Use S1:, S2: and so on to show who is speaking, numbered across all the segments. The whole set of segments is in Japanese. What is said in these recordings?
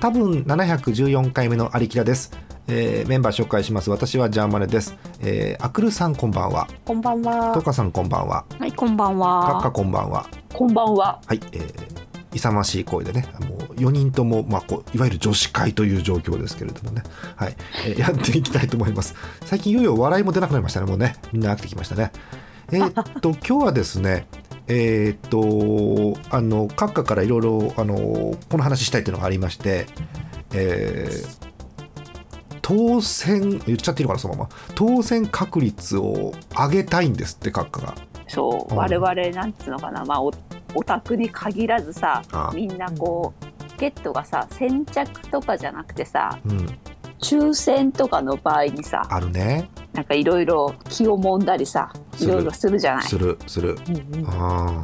S1: 多分714回目のありきらです、えーメンバー紹介します私はジャーマネです、えーアクルさんこんばんは
S2: こんばんは
S1: ト。カさんこんばんは
S3: はい、こんばん
S1: カッカ
S3: は。
S1: こんばんは
S2: こんばんは。
S1: はい、えー勇ましい声でねもう4人とも、まあ、こういわゆる女子会という状況ですけれどもね、はいえ ーやっていきたいと思います最近いよいよ笑いも出なくなりましたねもうねみんな飽きてきましたねえーっ と今日はですねえーっとあの閣下からいろいろあのこの話したいというのがありまして、えー当選言っちゃっていいのかなそのまま当選確率を上げたいんですって閣下が
S2: そう、
S1: うん
S2: 我々なんつうのかな、まあ、おオタクに限らずさ
S1: あ、
S2: みんなこう。チケットがさ先着とかじゃなくてさ
S1: うん
S2: 抽選とかの場合にさ
S1: あるね
S2: なんかいろいろ気を揉んだりさ
S1: す
S2: い
S1: る
S2: ろいろするじゃない。
S1: するするあ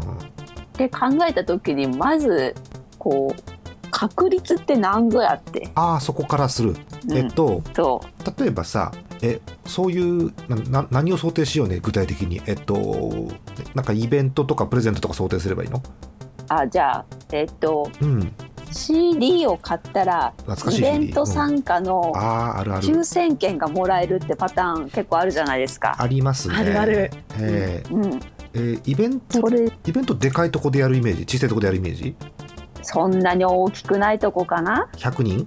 S2: で考えた時にまずこう確率って何ぞやって、
S1: ーあーそこからする、
S2: うん
S1: えっと
S2: そ
S1: 例えばさえそういうなな何を想定しようね具体的にえっとなんかイベントとかプレゼントとか想定すればいいの
S2: うあじゃあえっと
S1: うん
S2: CD を買ったら
S1: 懐かしい
S2: イベント
S1: CD
S2: 参加の
S1: あああるある
S2: 抽選券がもらえるってパターン結構あるじゃないですか。
S1: ありますね
S3: あるある
S1: えー
S2: うん、
S1: えーイベント
S2: それ
S1: イベントでかいとこでやるイメージ小さいとこでやるイメージ
S2: そんなに大きくないとこかな
S1: 100人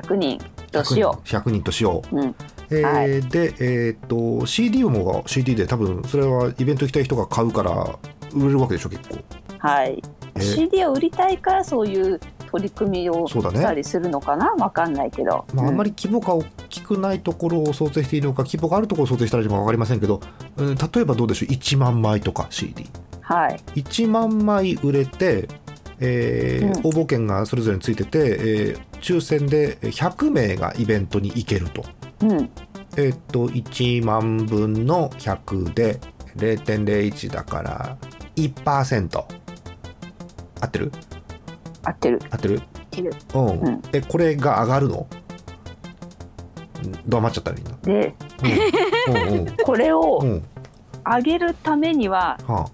S2: 100人どうしよ
S1: 100人としよう、
S2: うん
S1: えー
S2: は
S1: で、えーっと CD も CD で多分それはイベント行きたい人が買うから売れるわけでしょ結構、
S2: うはい、
S1: えー
S2: CD を売りたいからそういう取り組みを
S1: そうだね
S2: したりするのかなわかんないけど、
S1: まあ、あんま
S2: り
S1: り規模が大きくないところを想定しているのか規模があるところを想定したらいいのか分かりませんけど、うん例えばどうでしょう1万枚とか CD1
S2: はい
S1: 万枚売れて、えー
S2: うん
S1: 応募券がそれぞれについてて、えー抽選で100名がイベントに行けると,、
S2: うん
S1: えーっと1万分の100で0.01だから1%合ってる
S2: 合ってる
S1: 合ってる
S2: てる
S1: うん、
S2: うん
S1: えこれが上がるのん黙っちゃったらみんな。
S2: で
S1: うんうんうん
S2: これを
S1: うん、
S2: 上げるためには
S1: は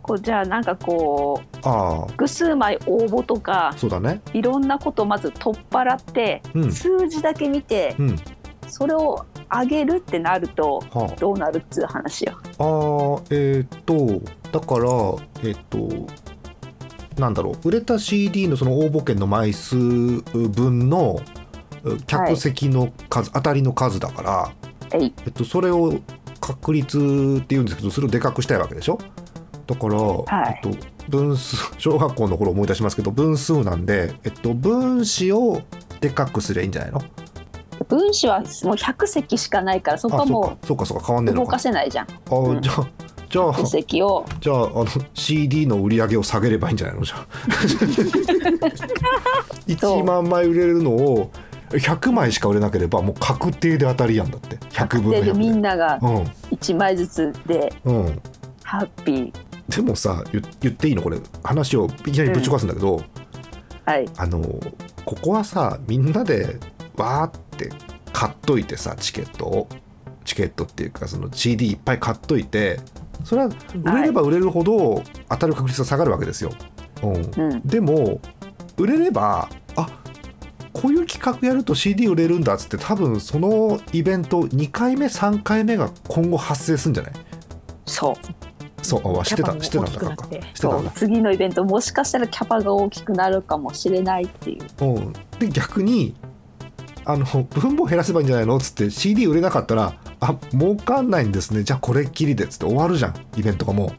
S2: こうじゃあなんかこう
S1: あ、あ
S2: 複数枚応募とか
S1: あそうだね
S2: いろんなことをまず取っ払って、
S1: うん
S2: 数字だけ見て
S1: うん
S2: それを上げるってなると
S1: は
S2: どうなるっつう話よ。
S1: ああーえーっとだからえーっとなんだろう売れた CD のその応募券の枚数分のう客席の数、当たりの数だから、
S2: えい
S1: えっと、それを確率っていうんですけどそれをでかくしたいわけでしょだから、
S2: い
S1: えっと、分数小学校の頃思い出しますけど分数なんで、えっと、分子をでかくすりゃいいんじゃないの
S2: 分子はもう100席しかないからそこ
S1: あ
S2: は
S1: そう
S2: も
S1: かそうかそうか変わんね
S2: う
S1: えの
S2: 動
S1: か
S2: かせないじゃん
S1: あ、
S2: うん
S1: じゃあじゃあ
S2: 100席を
S1: じゃああの CD の売り上げを下げればいいんじゃないのじ ゃあ1万枚売れるのを100枚しか売れなければもう確定で当たりやんだって100分の
S2: ででみん
S1: 100
S2: なが
S1: で
S2: 1枚ずつで
S1: うんうん
S2: ハッピー
S1: でもさ言言っていいのこれ話をいきなりぶち壊すんだけど、
S2: はい
S1: あのここはさみんなでわーって買っといてさチケットをチケットっていうかその CD いっぱい買っといてそれは売れれば売れるほど当たる確率が下がるわけですよ。うん、
S2: うん
S1: でも売れればあこういう企画やると CD 売れるんだっつって多分そのイベント2回目3回目が今後発生するんじゃない
S2: そう
S1: そうあ知ってた知って
S3: キ
S1: た
S3: ャ
S1: ん
S3: パ
S1: だ
S3: も
S1: か
S3: 大きくな
S1: らか知
S3: って
S1: ってた
S2: そ
S1: ん
S2: う
S1: だ
S2: 次のイベントもしかしたらキャパが大きくなるかもしれないっていう
S1: うん、で逆にあの分母減らせばいいんじゃないのっつって CD 売れなかったらあ儲かんないんですねじゃあこれっきりでっつって終わるじゃんイベントがも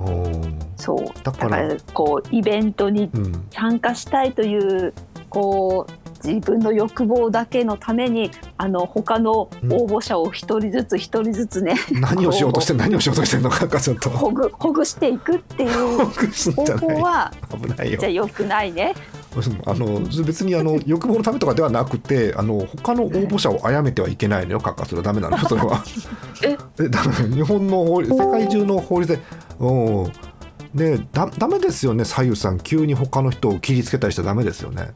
S1: ううん
S2: そう
S1: だ
S2: だ
S1: か
S2: かららこうイベントに
S1: うん
S2: 参加したいというこう自分の欲望だけのためにあの他の応募者を一人ずつ一人ずつね、
S1: 何をしようとしてん何をしようとしてんのかかちょっと
S2: ほぐ ほぐしていくっていう
S1: 報告すん
S2: 方
S1: じゃな
S2: 法
S1: い
S2: は
S1: 危ないよ
S2: じゃあ良くないね。
S1: あの別にあ の欲望のためとかではなくてあの他の応募者を殺めてはいけないのよカッカそれはダメなのよそれ は
S2: え
S1: えダメ日本の法律世界中の法律でうんねだダメですよね左右さん急に他の人を切りつけたりしちゃダメですよ ね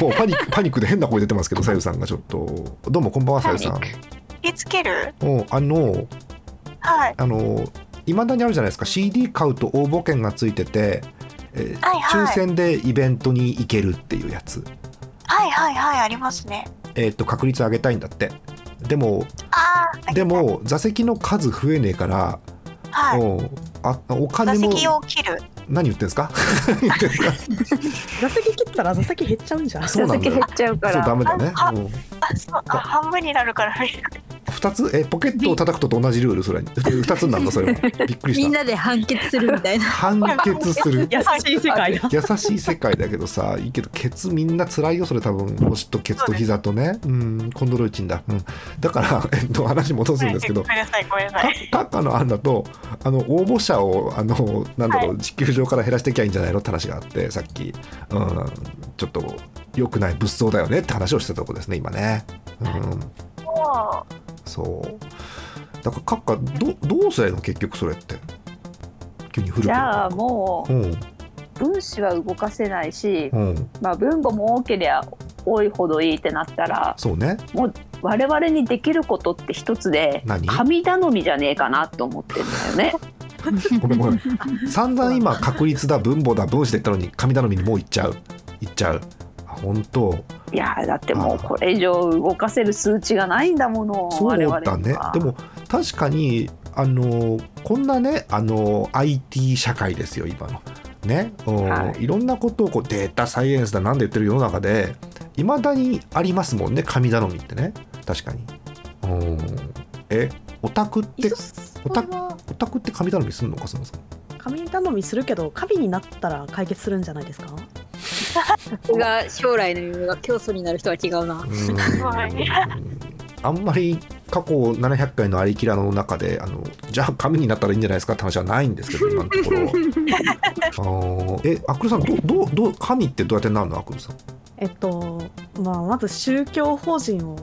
S1: もうパニックパニックで変な声出てますけど左右さんがちょっとどうもこんばんは左右さん
S4: パニ見つける
S1: うんあの
S4: はい。
S1: あのいまだにあるじゃないですか CD 買うと応募券がついてて、ええー
S3: はいはい
S1: 抽選でイベントに行けるっていうやつ、
S3: はいはいはいありますね
S1: えー、と確率上げたいんだってでも
S3: ああ
S1: でも座席の数増えねえから、
S3: はい
S1: うんあお
S3: 座
S1: 金も
S3: 席を切る
S1: 何言ってんすか 何言ってんすか
S4: 座席切ったら座席減っちゃうんじゃん。
S1: そうなんだ
S2: 座席
S1: よ
S2: 減っちゃうか
S1: そうダ
S2: ら
S1: メだね、
S3: あ
S1: うん
S3: あそうあ半分になるから見る
S1: 二つえポケットを叩くとと同じルールそれに 二つになるのそれもびっくり
S5: み
S1: し
S5: ん
S1: た
S5: なで判決するみ たいな
S1: 判決する
S4: 優しい世界だ。
S1: 優しい世界だけどさいいけどケツみんな辛いよそれ多分腰とケツと膝とねうんコンドロイチンだ、うん、だから、えっと、話戻すんですけど
S3: ごめんなさいごめんなさい
S1: タッカーの案だとあの応募者をあのなんだろう、地球上から減らしていきゃいいんじゃないのって話があってさっき、うん、ちょっと良くない物騒だよねって話をしてたとこですね今ね、うん、
S3: もう
S1: そうだから閣下どどうすればいいの結局それって急に古く
S2: じゃあも
S1: う
S2: うん分子は動かせないし、
S1: うん
S2: まあ、分母も多ければ多いほどいいってなったら
S1: そうね
S2: 我々にできることって一つで
S1: 何
S2: 神頼みじゃねえかなと思ってるんだよね。
S1: ごめんごめん散々今確率だ分母だ分子で言ったのに神頼みにもう行っちゃう行っちゃうあ本当
S2: いやーだってもうこれ以上動かせる数値がないんだもの
S1: そうだ
S2: 我々に
S1: ね
S2: は
S1: でも確かにあのこんなねあの IT 社会ですよ今の。ねうん、
S2: はい
S1: ろんなことをこうデータサイエンスだなんで言ってる世の中でいまだにありますもんね神頼みってね確かに。うんえオタクって
S4: いっそ
S1: オタクオタクって神頼みするのかそもそも。
S4: 神頼みするけど神になったら解決するんじゃないですか。
S5: それが将来の夢が教祖になる人は違うな
S1: うーん
S3: 怖い
S1: あんまり過去700回のありきらの中であのじゃあ紙になったらいいんじゃないですかって話はないんですけ ど今のところはあーえアクルさんどどうどう紙ってどうやってなるのアクルさん
S4: えっとまあまず宗教法人を。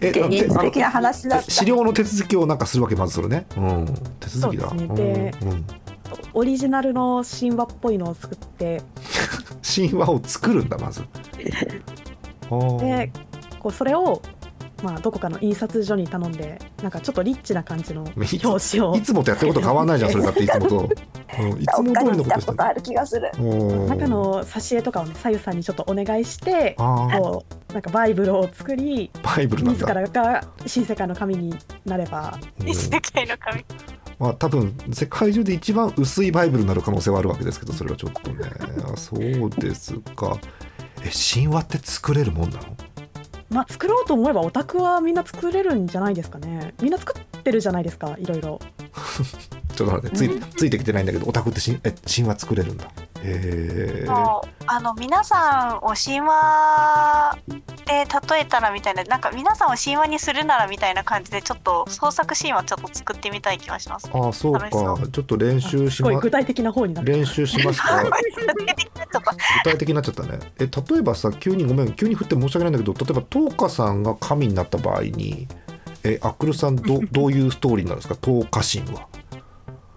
S1: え
S2: 現
S1: て
S2: 実的な話だっ
S1: 資
S2: た
S1: 料の手続きをなんかするわけまずそれね、うん、手続きだ
S4: そうですね
S1: うんうん、
S4: オリジナルの神話っぽいのを作って
S1: 神話を作るんだまずあー
S4: でこうそれを、まあ、どこかの印刷所に頼んでなんかちょっとリッチな感じの表紙を
S1: いつもとやってること変わんないじゃんそれだっていつもと、うん、いつも通りのこと してる
S2: ある気がする
S1: うん
S4: 中の挿絵とかをねさゆさんにちょっとお願いして
S1: あー
S4: こうなんかバイブルを作り
S1: バイブルなん
S4: 自
S1: だ
S4: らが新世界の神になれば
S1: うん
S3: 一世界の神
S1: まあ、多分世界中で一番薄いバイブルになる可能性はあるわけですけどそれはちょっとねあそうですかえ神話って作れるもんなの
S4: まあ作ろうと思えばオタクはみんな作れるんじゃないですかねみんな作ってるじゃないですかいろいろ
S1: ちょっと待ってついついてきてないんだけどオタクってしえ神話作れるんだへえ
S3: もうあの皆さんを神話で例えたらみたいななんか皆さんを神話にするならみたいな感じでちょっと創作神話ちょっと作ってみたい気はし ますね。
S1: あそうか
S3: 楽しそ
S1: ちょっと練習し
S4: すごい
S1: ま
S4: 具体的な方になって
S1: 練習しますか
S3: とか
S1: 具体的になっちゃったねえ例えばさ急にごめん急に振って申し訳ないんだけど例えばトーカさんが神になった場合にえアクルさんどどういうストーリーになるんですかトーカ神は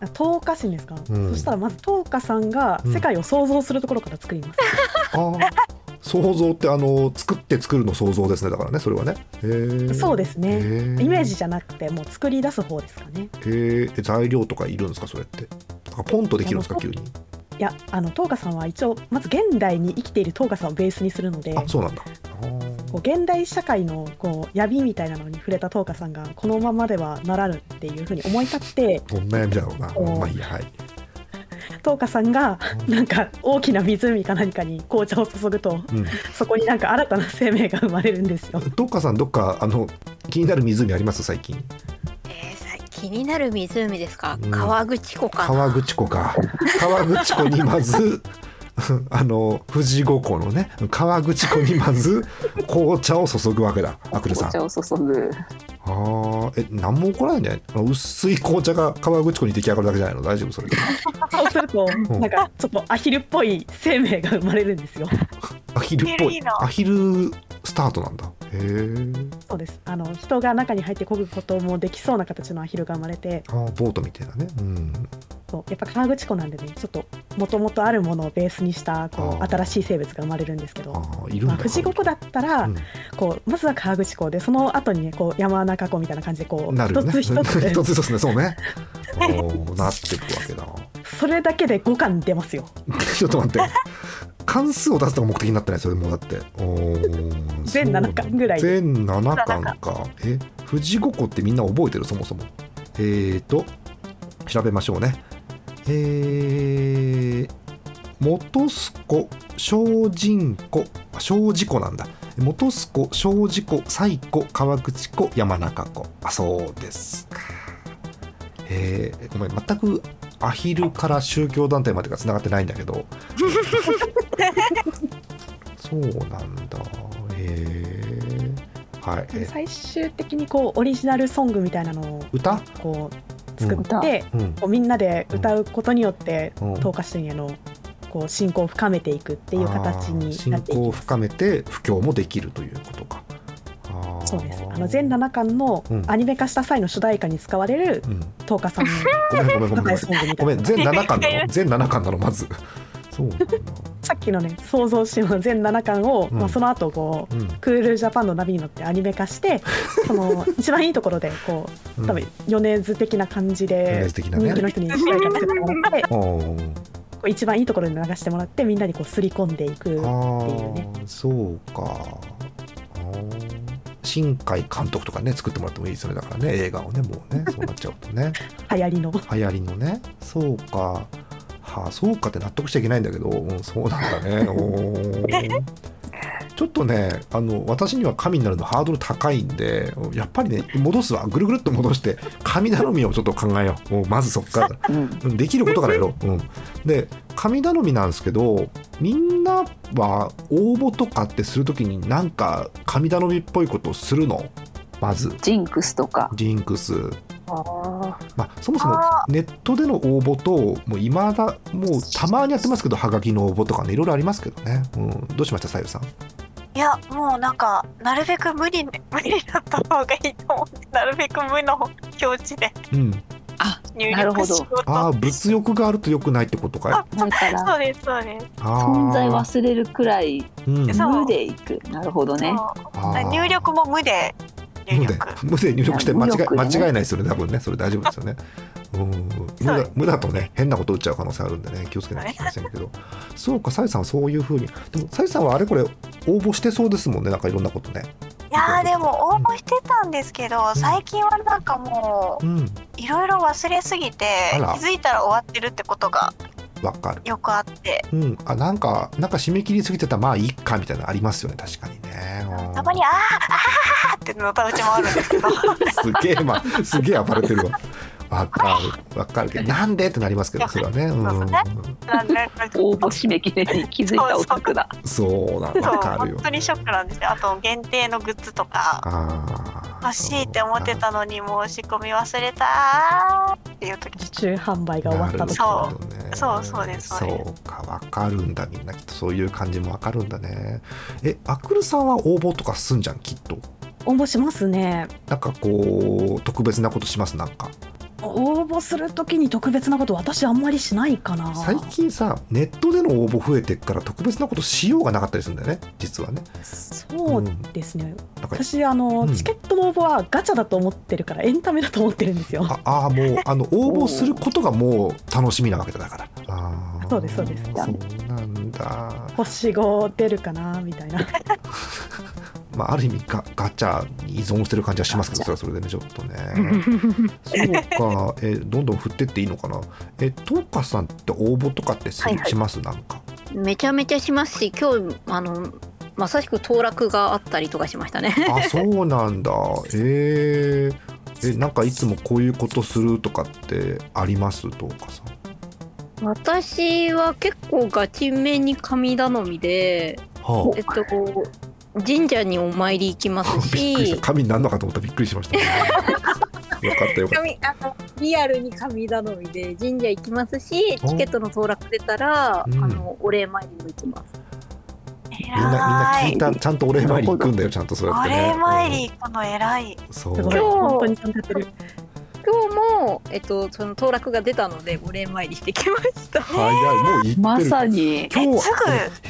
S4: あ東華神ですか、
S1: うん
S4: そしたらまず東華さんが世界を創造するところから作ります、
S1: あー想像ってあの作って作るの想像ですねだからねそれはね
S4: そう
S1: で
S4: ですね、イメージじゃなくてもう作り出す方ですかね
S1: へえ材料とかいるんですかそれってなんかポンとできるんですか
S4: あ
S1: 急
S4: の
S1: に
S4: いやあの東華さんは一応まず現代に生きている東華さんをベースにするので
S1: あそうなんだ
S4: こう現代社会のこう闇みたいなのに触れた東華さんがこのままではならぬっていうふうに思い立って
S1: お悩みだろうな
S4: お
S1: まあいいやはい
S4: 東華さんがなんか大きな湖か何かに紅茶を注ぐと
S1: うん
S4: そこになんか新たな生命が生まれるんですよ。
S1: トーカさんどっかあの気になる湖あります最近
S5: えーさ気になる湖ですか、
S1: うん
S5: 川口湖かな
S1: 川口湖か川口湖にまず あの富士五湖のね川口湖にまず紅茶を注ぐわけだアクルさん
S2: 紅茶を注ぐ
S1: ああ、え、何も起こらないんじゃないあの薄い紅茶が川口湖に出来上がるだけじゃないの大丈夫そ れ。
S4: そうすると
S1: ん
S4: なんかちょっとアヒルっぽい生命が生まれるんですよ。
S1: アヒルっぽ
S3: い
S1: い
S3: い。の
S1: アヒルスタートなんだ。へえ。
S4: そうですあの人が中に入ってこぐこともできそうな形のアヒルが生まれて
S1: あーボートみたいなね。うん。
S4: そうやっぱ川口湖なんでねちょっともともとあるものをベースにしたこ
S1: あ
S4: う
S1: ー
S4: 新しい生物が生まれるんですけど。
S1: ああ、いるん
S4: ま
S1: だ。
S4: あ、富士五湖だったら、
S1: うん
S4: こうまずは川口湖でその後にねこう山中湖みたいな感じでこ う
S1: なるよね。
S4: 一つ一つ
S1: 一つ一つね、そうね。おーなっていくわけだ。
S4: それだけで5巻出ますよ
S1: ちょっと待って関数を出すのが目的になってないそれもうだっておー
S4: 全7巻ぐらい
S1: そう全7巻かえ富士五湖ってみんな覚えてるそもそもえーと調べましょうねえー元栖湖小人湖あ小事湖なんだ元栖湖小事湖西湖川口湖山中湖あそうですかえーごめん全くアヒルから宗教団体までがつながってないんだけど そうなんだえー、はい、え
S4: 最終的にこうオリジナルソングみたいなのを
S1: 歌
S4: こう作って、
S1: うん
S4: こうみんなで歌うことによって
S1: うん
S4: 東華主義へのこう信仰を深めていくっていう形
S1: あー
S4: に
S1: 信
S4: なっていき
S1: 仰を
S4: ます。
S1: 深めて布教もできるということかあー
S4: そうですあの全7巻の
S1: うん
S4: アニメ化した際の主題歌に使われる
S1: うん
S4: 東華さんの
S1: ごめんごめんごめんごめん
S4: 歌いソングみた
S1: ご
S4: いな
S1: めん全7巻なの全7巻なのまずそうなんだ
S4: さっきのね想像しの全7巻を、
S1: うん
S4: まあ、その後こう
S1: うん
S4: クールジャパンのナビに乗ってアニメ化 してその一番いいところでこ
S1: うん
S4: う多分米津的な感じ
S1: 米
S4: で
S1: 津的なね
S4: 人気の人に主題歌作ってもらってこ
S1: おー
S4: う一番いいところに流してもらってみんなにこう刷り込んでいく
S1: あ
S4: っていうね
S1: ーそうかあー新海監督とかね作ってもらってもいいですよねだからね映画をねもうねそうなっちゃうとね
S4: 流行りの
S1: 流行りのねそうかはあそうかって納得しちゃいけないんだけど、うん、そうなんだねおーちょっとねあの私には神になるのハードル高いんでやっぱりね戻すわぐるぐるっと戻して神頼みをちょっと考えようもうまずそっからだ
S2: うん
S1: うんできることからやろう。うん、で神頼みなんですけどみんなは応募とかってするときになんか神頼みっぽいことをするのまず
S2: ジンクスとか
S1: ジンクス。
S2: あ
S1: まあ、そもそもネットでの応募ともう今だもうたまにやってますけどはがきの応募とかねいろいろありますけどね、うん、どうしましたさゆさん
S3: いやもうなんかなるべく無理ね無理だった方がいいと思ってなるべく無の表示で
S1: うん、
S3: 入
S2: なるほ
S3: 力
S2: ど
S3: しようと
S1: ああ物欲があると良くないってことか
S2: だから
S3: そうですそうです、
S1: いあー
S2: 存在忘れるくらい
S1: うん
S3: そう
S2: 無でいくなるほどね
S3: そう
S1: あー
S3: 入力も無で入
S1: 無で
S3: 力
S1: 無で入力して間違い
S2: 無力で
S1: 間違
S2: ね
S1: えないですよね多分ねそれ大丈夫ですよね。うん無
S3: そう
S1: だ
S3: です
S1: 無だとね変なこと打っちゃう可能性あるんでね気をつけないといけませんけどそうかさゆさんはそういうふうにでもさゆさんはあれこれ応募してそうですもんねなんかいろんなことね。
S3: いやーでも応募してたんですけど、最近はなんかも
S1: う
S3: うんいろいろ忘れすぎて
S1: あ
S3: 気
S1: ら
S3: づいたら終わってるってことが
S1: わかる。
S3: よくあって
S1: うん、あなんかなんか締め切りすぎてたらまあいいかみたいなのありますよね確かにね。うん
S3: たまに「あーあー」ってのたうちもあるんです けど
S1: すげえまあすげえ暴れてるわ。わかるわかるけどなんでってなりますけどそれはね。うん
S3: そうなんなんか
S2: 応募締め切れに気づいたオタクだ
S1: そうな
S3: そう
S1: わかるよ、ね。
S3: 本当にショックなんですよあと限定のグッズとか
S1: あー
S3: 欲しいって思ってたのに申し込み忘れたーっていう時
S4: 受注販売が終わった
S3: 時
S4: と
S3: なる
S1: ほどね
S3: そうそうです
S1: そ
S3: そうです
S1: うかわかるんだみんなきっとそういう感じもわかるんだねえアクルさんは応募とかすんじゃんきっと
S4: 応募しますね
S1: なんかこう特別なことしますなんか
S4: 応募するときに特別なこと私あんまりしないかな
S1: 最近さネットでの応募増えてっから特別なことしようがなかったりするんだよね実はね
S4: そうですね、
S1: なんか
S4: 私あの、
S1: うん
S4: チケットの応募はガチャだと思ってるからエンタメだと思ってるんですよ
S1: ああーもうあ の応募することがもう楽しみなわけだだからあー
S4: そうですそうです
S1: そうなんだ
S4: 星5出るかなみた いな
S1: まあ、ある意味ガガチャに依存してる感じはしますけどそれはそれでねちょっとねそうか、 えーどんどん振ってっていいのかなえ東華さんって応募とかってする
S5: はいはい
S1: しますなんか
S5: めちゃめちゃしますし今日あのまさしく当落があったりとかしましたね
S1: あそうなん だえーえなんかいつもこういうことするとかってあります東華さん
S5: 私は結構ガチめに神頼みで
S1: は
S5: えっと神社にお参り行きま
S1: あ
S5: す
S1: びっくりし
S5: した
S1: 神になるのかと思ったらびっくりしましたよかったよかっ
S5: 神あのリアルに神頼みで神社行きますし
S1: お
S5: チケットの当落出たら、
S1: うん
S5: あのお礼参りも行きます
S1: たみんな
S3: 偉
S1: みん
S3: い
S1: な聞いたちゃんとお礼参り行くんだよちゃんとそうやっ
S3: お
S1: てね
S3: 礼参りこの偉い
S1: うんそう
S4: すごい
S5: 今日
S4: 本当にちゃんとやってる
S5: 今日もえっとその当落が出たのでお礼参りしてきました
S1: 早いもう行ってる
S2: まさに
S1: 今日
S3: えすぐ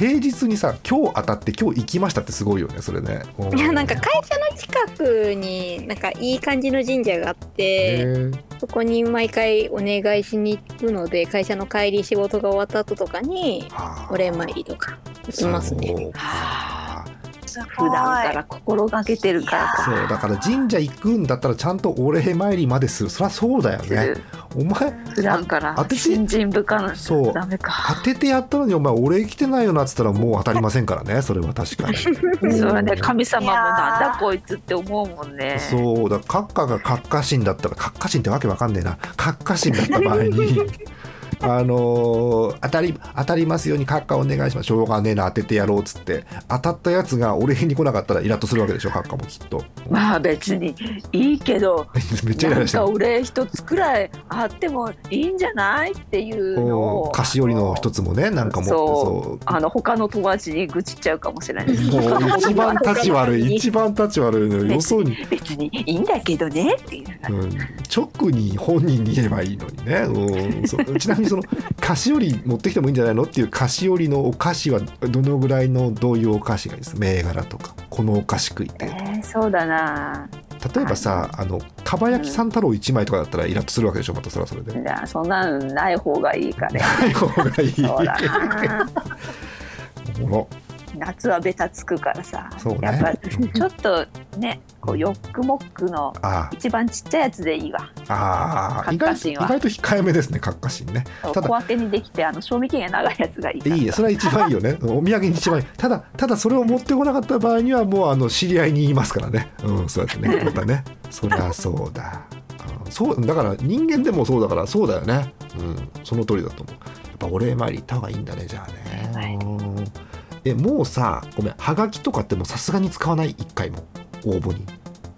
S1: 平日にさ今日当たって今日行きましたってすごいよねそれね
S5: いやなんか会社の近くになんかいい感じの神社があっ
S1: へ
S5: て
S1: ー
S5: そこに毎回お願いしに行くので会社の帰り仕事が終わった後とかに
S1: はあ
S5: お礼参りとか行きますね。
S1: そうか
S3: す
S2: 普
S3: ごい
S2: 段から心がけてるからか
S1: そうだから神社行くんだったらちゃんとお礼参りまでするそりゃそうだよ
S2: す
S1: ね
S2: る
S1: お前
S2: 普段から
S1: 当てて
S2: 新人部下の
S1: そう
S2: ダメか
S1: 当ててやったのにお前お礼来てないよなっつったらもう当たりませんからねそれは確かに
S2: それはね
S1: うん
S2: 神様もなん
S3: いや
S2: だ
S3: ー
S2: こいつって思うもんね
S1: そうだ閣下が閣下心だったら閣下心ってわけわかんねえな閣下心だった場合に あのー当たり当たりますように閣下お願いしますしょうがねえな当ててやろうっつって当たったやつがお礼に来なかったらイラッとするわけでしょ閣下もき っと
S2: まあ別にいいけど
S1: めっちゃイライ
S2: な
S1: ラ
S2: ん
S1: して
S2: か
S1: る
S2: お礼一つくらいあってもいいんじゃないっていうの
S1: うん
S2: を
S1: 菓子折りの一つもねなんかも
S2: そ
S1: そう
S2: あの他の友達に愚痴っちゃうかもしれないです
S1: もう一番立ち悪い一番立ち悪い のよよそに、
S2: 別にいいんだけどねっていう
S1: うん、直に本人に言えばいいのにね、うん、そう ちなみにその菓子折り持ってきてもいいんじゃないのっていう菓子折りのお菓子はどのぐらいのどういうお菓子がいいです銘柄とかこのお菓子食いって
S2: えー、そうだな
S1: 例えばさあのかば焼き三太郎1枚とかだったらイラッとするわけでしょまたそれはそれで。
S2: じゃあそんなのない方がいいかね
S1: ない方がいい
S2: そうだな
S1: おもろ
S2: 夏はベタつくからさ、
S1: そうね
S2: やっぱちょっとねこうヨックモックの
S1: あ
S2: 一番ちっちゃいやつでいいわ
S1: あああ意外
S2: 閣下
S1: と意
S2: 心は
S1: 外と控えめですね閣下心ね。
S2: そう
S1: た
S2: 小
S1: だ
S2: 分けにできてあの賞味期限長いやつがいいから
S1: いいね、それは一番いいよね。お土産に一番いい。ただ、ただそれを持ってこなかった場合には、もうあの知り合いに言いますからね。うん、そうやってね、またね。そりゃそうだ。うんそう、だから人間でもそうだから、そうだよね。うん、その通りだと思う。やっぱお礼参り行った方がいいんだね、じゃあね。うんえ、もうさ、ごめん、はがきとかってもうさすがに使わない、一回も。応募に。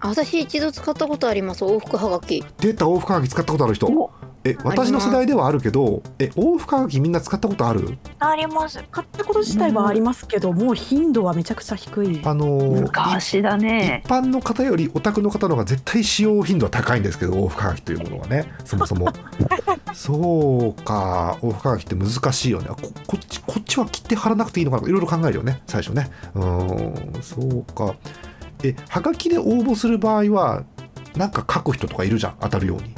S5: あ私一度使ったことあります往復はがき。
S1: 出た往復はがき使ったことある人。
S2: お
S1: え、私の世代ではあるけど、え、往復はがきみんな使ったことある
S3: あります。
S4: 買ったこと自体はありますけど、もう頻度はめちゃくちゃ低い。
S1: あのー、
S2: 昔だね
S1: 一般の方よりオタクの方の方が絶対使用頻度は高いんですけど往復はがきというものはねそもそもそうか往復はがきって難しいよねここっちこっちは切って貼らなくていいのかないろいろ考えるよね最初ねうーんそうかえはがきで応募する場合はなんか書く人とかいるじゃん当たるように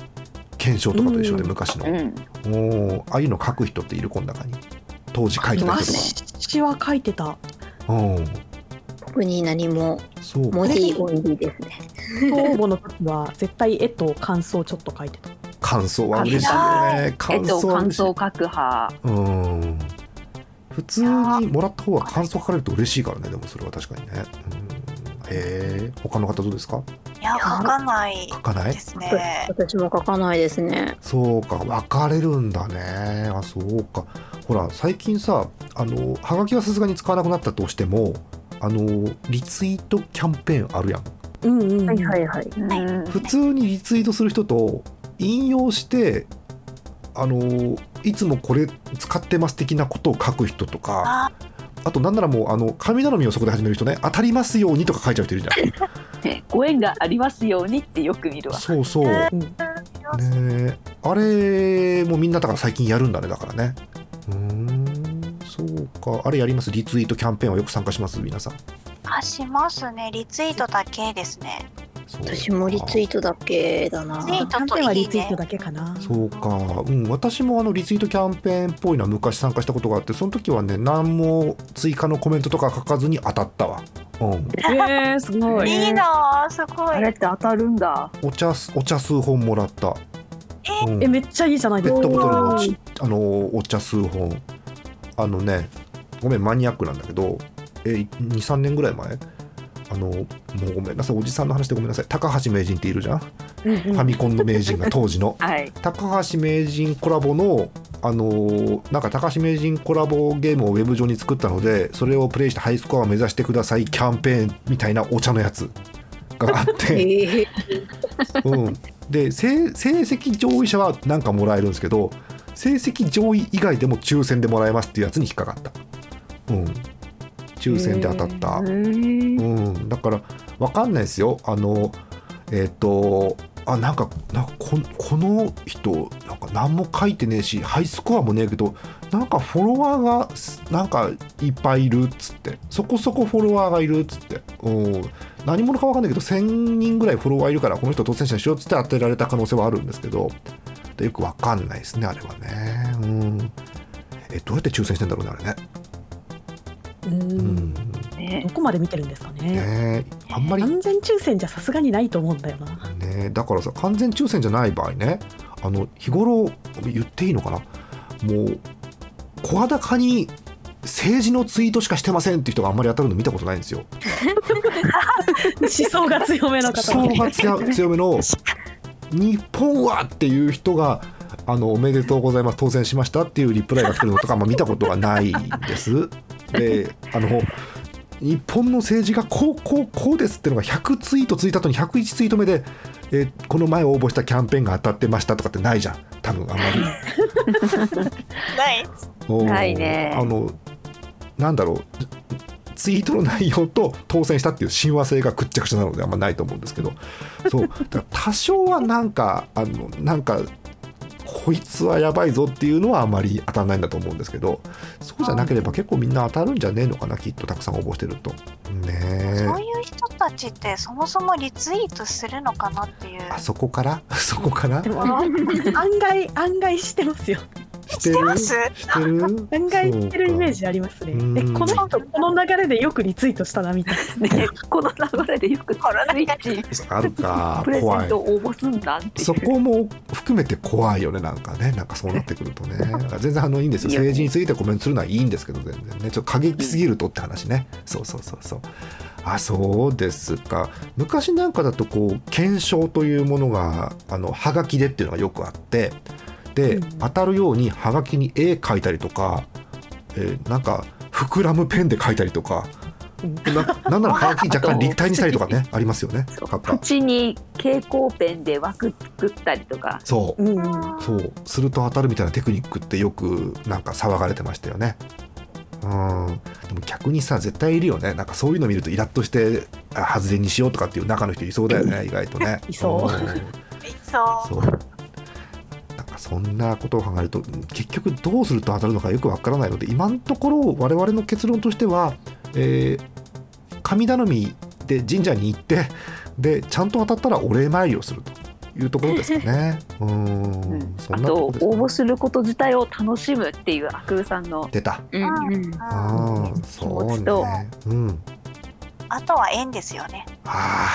S1: 検証とかと一緒で
S4: うん
S1: 昔の
S2: うん
S1: おーああいうの書く人っているこの中に当時書いてた
S5: いま
S1: 人と
S5: す
S4: 私は書いてた
S1: かうん
S5: 特に何も
S1: そう
S5: 文字オンリーですね。
S4: 応募の時は絶対絵と感想ちょっと書いてた
S1: 感想は嬉しいよね
S2: え
S1: 感
S2: っと
S1: 想は嬉
S2: 感
S1: しい
S2: 想書く派
S1: うーん普通にもらった方が感想書かれると嬉しいからねでもそれは確かにねうんへえ他の方どうですか
S3: いや、書かない
S1: 書かない
S3: ですね。
S5: 私も書かないですね。
S1: そうか分かれるんだねあそうかほら最近さあのはがきはさすがに使わなくなったとしてもあのリツイートキャンペーンあるやん
S4: うんうん、
S5: いはい。
S2: うん
S1: 普通にリツイートする人と引用してあのいつもこれ使ってます的なことを書く人とか
S3: あ、
S1: あとなんならもうあの神頼みをそこで始める人ね当たりますようにとか書いちゃう人いるじゃ
S2: ねご縁がありますようにってよく見 る
S1: ん
S2: わ
S1: そうそうね
S4: うん
S1: えあれもみんなだから最近やるんだねだからねうーんそうかあれやりますリツイートキャンペーンはよく参加します皆さん
S3: あしますね。リツイートだけですね。
S5: 私もリツイー
S1: ト
S5: トだけだな。
S3: ね
S4: キャンペーンはリツイートだけかな
S1: そうかうん私もあのリツイートキャンペーンっぽいのは昔参加したことがあってその時はね何も追加のコメントとか書かずに当たったわうん
S2: えー、すご
S3: いいなあ、すごい。
S2: あれって当たるんだ
S1: お茶すお茶数本もらったえ、うん
S4: えめっちゃいいじゃないで
S1: ペ
S4: す
S1: ッ
S4: か
S1: トボトルのちあのお茶数本あのねごめんマニアックなんだけどえ23年ぐらい前あのもうごめんなさいおじさんの話でごめんなさい高橋名人っているじゃん、
S4: うん
S1: ファミコンの名人が当時 の
S2: はい
S1: 高橋名人コラボのあのーなんか高橋名人コラボゲームをウェブ上に作ったのでそれをプレイしてハイスコアを目指してくださいキャンペーンみたいなお茶のやつがあっ て
S5: えー
S1: うん、で成成績上位者はなんかもらえるんですけど成績上位以外でも抽選でもらえますっていうやつに引っかかった、うん、抽選で当たった、うん、だから分かんないですよあのえっ、とあなんかなんかここの人なんか何も書いてねえしハイスコアもねえけどなんかフォロワーがすなんかいっぱいいるっつってそこそこフォロワーがいるっつって、うん、何者か分かんないけど1000人ぐらいフォロワーいるからこの人当選者にしようっつって当てられた可能性はあるんですけどでよく分かんないですねあれはねうんえどうやって抽選してんだろうねあれね
S4: うん
S2: ね
S4: どこまで見てるんですかね
S1: ねあんまり
S4: 完全抽選じゃさすがにないと思うんだよ な
S1: ねだからさ完全抽選じゃない場合ねあの日頃言っていいのかなもう声高に政治のツイートしかしてませんっていう人があんまり当たるの見たことないんですよ。
S4: 思想が強めの方
S1: そうが強強めの日本はっていう人があのおめでとうございます当選しましたっていうリプライが来るのとか、まあ、見たことがないんです。であの日本の政治がこうこうこうですっていうのが100ツイートついた後に101ツイート目で、えーこの前応募したキャンペーンが当たってましたとかってないじゃん多分あんまり。
S3: ない
S1: おー
S2: ないね
S1: あのなんだろうツイートの内容と当選したっていう親和性がくっちゃくちゃなのであんまないと思うんですけどそうだから多少はなんかあのなんかこいつはやばいぞっていうのはあまり当たらないんだと思うんですけどそうじゃなければ結構みんな当たるんじゃねえのかなきっとたくさん応募してるとね
S3: そう
S1: え
S3: いう人たちってそもそもリツイートするのかなっていう。
S1: あそこからそこから
S4: でも案外案外してますよ
S1: して
S3: して
S1: る
S3: ます
S1: してる
S4: 案外してるイメージありますね
S1: そうか
S4: え
S1: うん
S4: この人この流れでよくリツイートしたなみたいな
S2: ねこの流れでよく
S3: コロナ禍
S2: ツイッチ
S1: そうかあるか
S2: プレゼ
S1: 怖
S2: ン
S1: い
S2: ト応募すんだっていう
S1: そこも含めて怖いよねなんかねなんかそうなってくるとね全然あのいいんですよ
S5: いいよね
S1: 政治についてコメントするのはいいんですけど全然ねちょっと過激すぎるとって話ね、そうそうそうそうあそうですか昔なんかだとこう検証というものがあのはがきでっていうのがよくあってで、
S4: うん
S1: 当たるようにはがきに絵描いたりとか、えーなんか膨らむペンで描いたりとか
S4: うん
S1: ななんならはがき若干立体にしたりとかねありますよね
S2: そう
S1: かっか
S2: 口に蛍光ペンで枠作ったりとか
S1: そう
S4: うんうん
S1: そうすると当たるみたいなテクニックってよくなんか騒がれてましたよねうんでも逆にさ絶対いるよねなんかそういうの見るとイラッとしてあ外れにしようとかっていう中の人いそうだよね意外とね
S4: いそうん
S3: そ
S1: そ
S3: う。
S1: うなんかそんなことを考えると結局どうすると当たるのかよくわからないので今のところ我々の結論としては、えー神頼みで神社に行ってでちゃんと当たったらお礼参りをするというところですかね。うーん
S2: うん
S1: そ
S2: あ
S1: んなと
S2: と
S1: こ
S2: 応
S1: ですかね
S2: 募すること自体を楽しむっていうアクルさんの
S1: 出た。
S5: うんうん
S3: あ
S1: ああ、
S2: 気
S1: そう
S2: 持ちと
S1: ね。うん。
S3: あとは縁ですよね。
S1: あ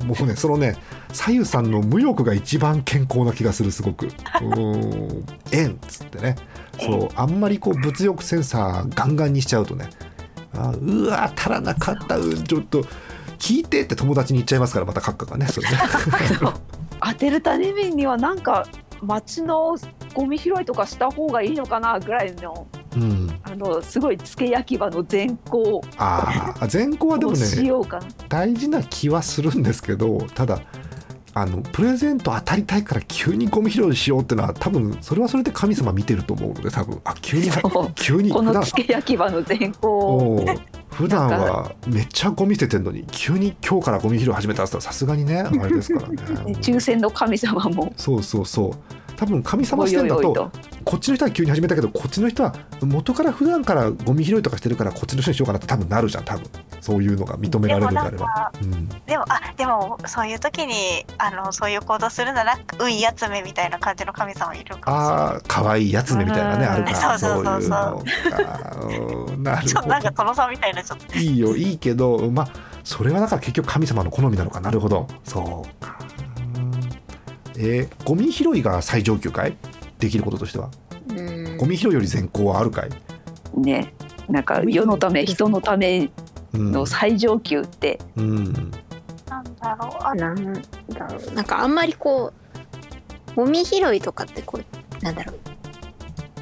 S1: あ、もうね、そのね、さゆさんの無欲が一番健康な気がする、す ごく。うーん、縁っつってね。そう、あんまりこう物欲センサーガンガンにしちゃうとね。あーうわ、足らなかった、うんちょっと。聞いてって友達に言っちゃいますから、また閣下がね、そ れね。
S2: 当てるためにはなんか町のゴミ拾いとかした方がいいのかなぐらいの
S1: うん、
S2: あのすごいつけ焼き場の全校
S1: ああ、前後はでも
S2: を
S1: ね。
S2: しようかな、
S1: 大事な気はするんですけどただあのプレゼント当たりたいから急にゴミ拾いしようってのは多分それはそれで神様見てると思うので多分あ急に
S2: そう
S1: 急に
S2: こ
S1: 普
S2: の
S1: 段
S2: つけ焼き場の全校を
S1: おう普段はめっちゃゴミ捨ててんのに急に今日からゴミ拾い始めたって言ったらさすがにねあれですからね
S2: 抽選の神様も。
S1: そうそうそう多分神様
S2: お
S1: 視
S2: いお
S1: 点
S2: い
S1: だ
S2: おい
S1: とこっちの人は急に始めたけどこっちの人は元から普段からゴミ拾いとかしてるからこっちの人にしようかなって多分なるじゃん多分そういうのが認めら
S3: で
S1: れ
S3: も
S1: るで
S3: な
S1: あ
S3: ん
S1: れば。
S3: か
S1: うん
S3: でもあでもそういう時にあのそういう行動するなら運集めみたいな感じの神様いるかもしれない。
S1: ああ可愛いやつめみたいなね
S2: あー
S1: あるから
S3: そうそうそうそう
S1: そういうのがうんなる
S3: ちょっとなんか
S1: ほ
S3: 殿さんみたいなちょっと
S1: どいいよいいけどまあそれはだから結局神様の好みなのかなるほどそうかえーゴミ拾いが最上級かいできることとしては
S5: うん
S1: ゴミ拾いより善行はあるかい、
S2: ねなんか世のため人のため
S1: うん
S2: の最上級って、
S1: うん
S3: なんだろうあ
S5: なんだろうなんかあんまりこうゴミ拾いとかってこうなんだろう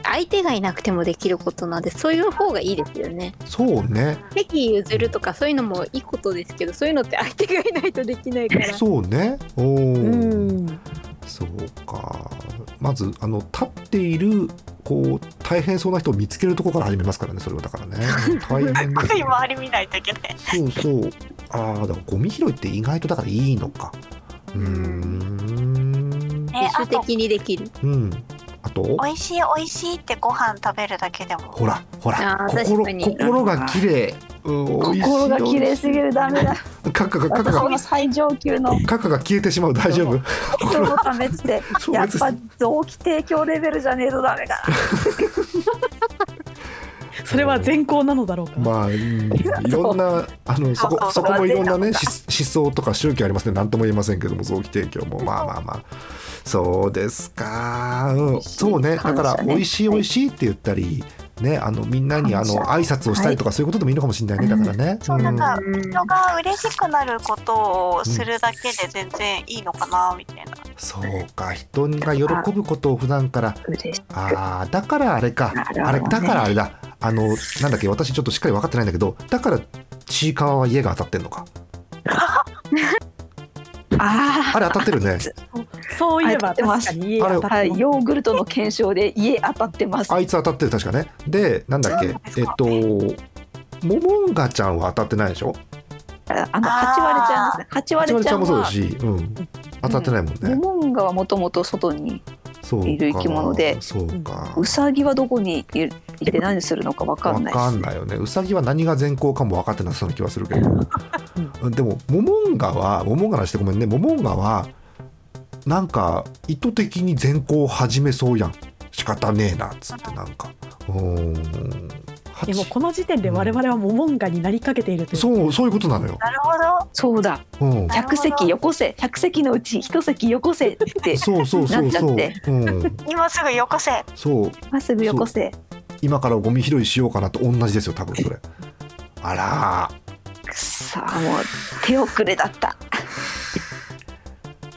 S5: 相手がいなくてもできることなんでそういう方がいいですよね
S1: そうね
S5: 席譲るとかそういうのもいいことですけどそういうのって相手がいないとできないから
S1: そうねおー
S4: うん
S1: そうかまずあの立っているこう大変そうな人を見つけるところから始めますからねそれはだから ね大変です
S3: 周
S1: ね
S3: り周り見ないといけない。
S1: そうそう。ああ、だからゴミ拾いって意外とだからいいのか。うーん。
S3: ね
S5: 自
S3: あ
S5: 主
S3: と
S5: 的にできる
S1: うん。あと、
S3: 美味しい美味しいってご飯食べるだけでも。
S1: ほら、ほら
S5: あ、ー確
S1: 心
S5: かに
S1: 心が綺麗うん美味しい
S2: 心が綺麗すぎるダメだ
S1: カカがカカ
S2: 私
S1: が
S2: の最上 級の
S1: カカが消えてしまう大丈夫
S2: 人のためって
S1: そう
S2: やっ
S1: 別
S2: ぱ
S1: に
S2: 臓器提供レベルじゃねえとダメか
S4: それは善行なのだろうか、
S1: まあ、うんいろんなあのそこそこもいろんなね
S2: そ
S1: し思想とか宗教ありますね何とも言えませんけども臓器提供もまあまあまあそうですか、うん、そうねだから
S5: 感謝
S1: 美
S5: ね
S1: 味しい美味しいって言ったり、ねあのみんなにあの挨
S5: 感
S1: 拶をしたりとかそういうことでもいいのかもしれないねだからね。
S3: そうなんか
S5: うん
S3: 人が嬉しくなることをするだけで全然いいのかなみたいな。
S1: そうか人が喜ぶことを普段から
S5: 嬉しい。
S1: ああだからあれか
S5: なるほ
S1: あれだ
S5: どね
S1: からあれだあのなんだっけ私ちょっとしっかり分かってないんだけどだからちいかわは家が当たってんのか
S5: あ
S1: あれ当たってるね
S4: そういえば
S2: はい当たってま
S4: 確
S2: す
S4: かに家
S1: あれ
S4: 当た
S2: ら、
S4: っ
S2: は
S4: て
S2: い、
S4: ます
S2: ヨーグルトの検証で家当たってます
S1: あいつ当たってる確かねでなんだっけえっとモモンガちゃんは当たってないでしょ
S2: あの八割ちゃんですね八
S1: ち
S2: 割
S1: まり
S2: ち
S1: ちゃ
S2: ゃ
S1: ん
S2: ん
S1: もそうだ
S2: は
S1: し、うん、当たってないもんね、
S2: モモンガはもともと外に
S1: そうか
S2: いる生き物で
S1: そうか
S2: ウサギはどこにいるいて何するのかわかん
S1: 分
S2: ない
S1: かんないよねうさぎは何が善行かも分かってなさそうな気はするけど、 でもモモンガはモモンガなしてごめんねモモンガはなんか意図的に善行を始めそうやん仕方ねえなっつってなんかうーん
S4: いやもうこの時点で我々はモモンガになりかけているという、
S1: そうそういうことなのよ、
S3: なるほど。
S2: そうだ
S1: うん、
S3: なるほ
S2: 100
S3: ど
S2: 席よこせ100席のうち1席よこせって
S1: そうそうそうそ
S2: な
S1: う
S2: っちゃっ、
S1: うん、
S3: 今すぐよこせ。
S1: そう
S2: まっすぐよこせ
S1: 今からゴミ拾いしようかなと同じですよ多分それあら
S2: くっさーもう手遅れだった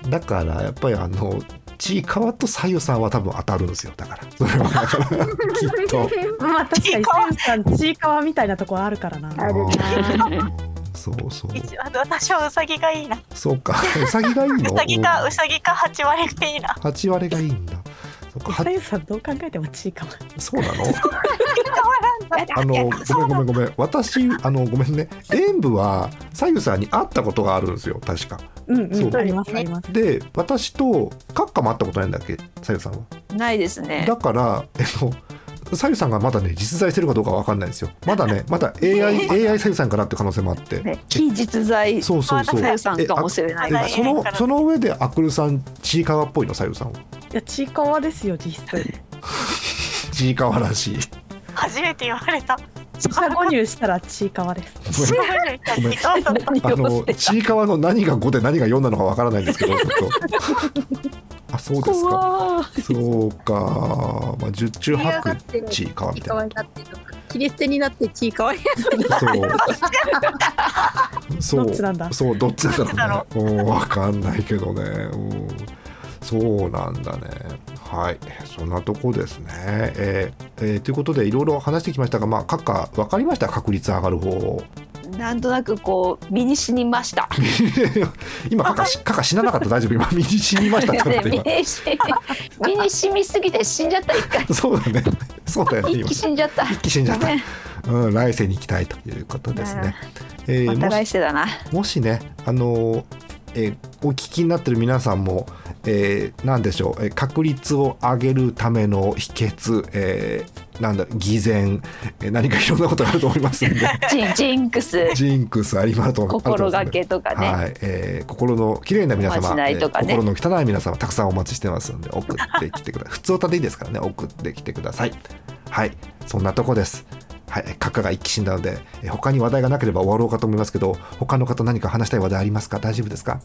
S1: ーだからやっぱりあのちいかわとさゆさんは多分当たるんですよだからそれはだからきっと
S4: まあ確かにさゆさんちいかわみたいなとこあるからな
S5: あるな
S1: うんそうそう
S3: 一あと私はウサギがいいな。
S1: そうかうさぎがいいの
S3: ウサギかウサギか八割がいいな。
S1: 8割がいいんだそうかは
S4: さゆさんどう考えてもちいかわ
S1: そうなの
S3: なんだ
S1: あのごめんごめんごめん私あのごめんね演舞はさゆさんに会ったことがあるんですよ確か
S4: うんうん
S1: そう
S4: ありますあります
S1: で私とカッカも会ったことないんだっけさゆさんは
S2: ないですね
S1: だから、えっと、さゆさんがまだね、実在してるかどうかわかんないんですよ。まだね、まだ AI、AI さゆさんかなって可能性もあって。
S2: ね非実在
S1: そうそうそう。
S2: さゆさんかもしれ
S1: え
S2: な
S1: あ
S2: い
S1: え
S3: はい
S1: その、その上で、アクルさん、ちいかわっぽいの、さゆさんは。
S4: いやちいかわですよ実 質
S1: ちいかわらしい。
S3: 初めて言われた。
S4: 自社購入したらちいかわです
S1: ごめん
S3: めん。そうそう
S1: あの、ちいかわの何が5で何が4なのかわからないんですけど、ちょっと。あ、そうですか。
S2: 怖
S1: そ
S2: ー
S1: うか。まあ、十中八九、ちいかわみたいな。
S5: になってるのか切り捨てになってちいかわい
S1: そう。そう。
S4: どっちなんだ
S1: そう、どっちなんだろうね。うんわかんないけどね。うんそうなんだね。はい、そんなとこですね。えーえーということで、いろいろ話してきましたが、まあ、各家、わかりました確率上がる方を。
S2: なんとなくこう身に染みました
S1: 今、カカし、カカ死ななかった大丈夫今、身に染みましたってなっ
S2: ね
S1: た
S2: 身
S1: 今。
S2: に染み身に染みすぎて死んじゃった一回
S1: そうだね。そうだよね、
S2: 一
S1: 今。
S2: 気死んじゃった
S1: 一気死んじゃっ
S2: ごめん
S1: た。うん、来世に行きたいということですね。えー
S2: また
S1: もし
S2: 来世だな
S1: もしね、あのーえーお聞きになってる皆さんも、えー、何でしょう、えー確率を上げるための秘訣、えーなんだ偽善、えー何かいろんなことがあると思います んで
S2: ジンジンクス
S1: ジンクスありがとうあり
S2: 心
S1: がとうござ
S2: が
S1: います
S2: けとかね、
S1: はいえー心の綺麗な皆
S2: おま
S1: 様、
S2: じない
S1: えー
S2: とかね
S1: 心の汚い皆様たくさんお待ちしてます ので送ってきてください普通歌でいいですからね送ってきてくださいはいそんなとこですはい閣下が一気死んだので、えー他に話題がなければ終わろうかと思いますけど他の方何か話したい話題ありますか大丈夫ですか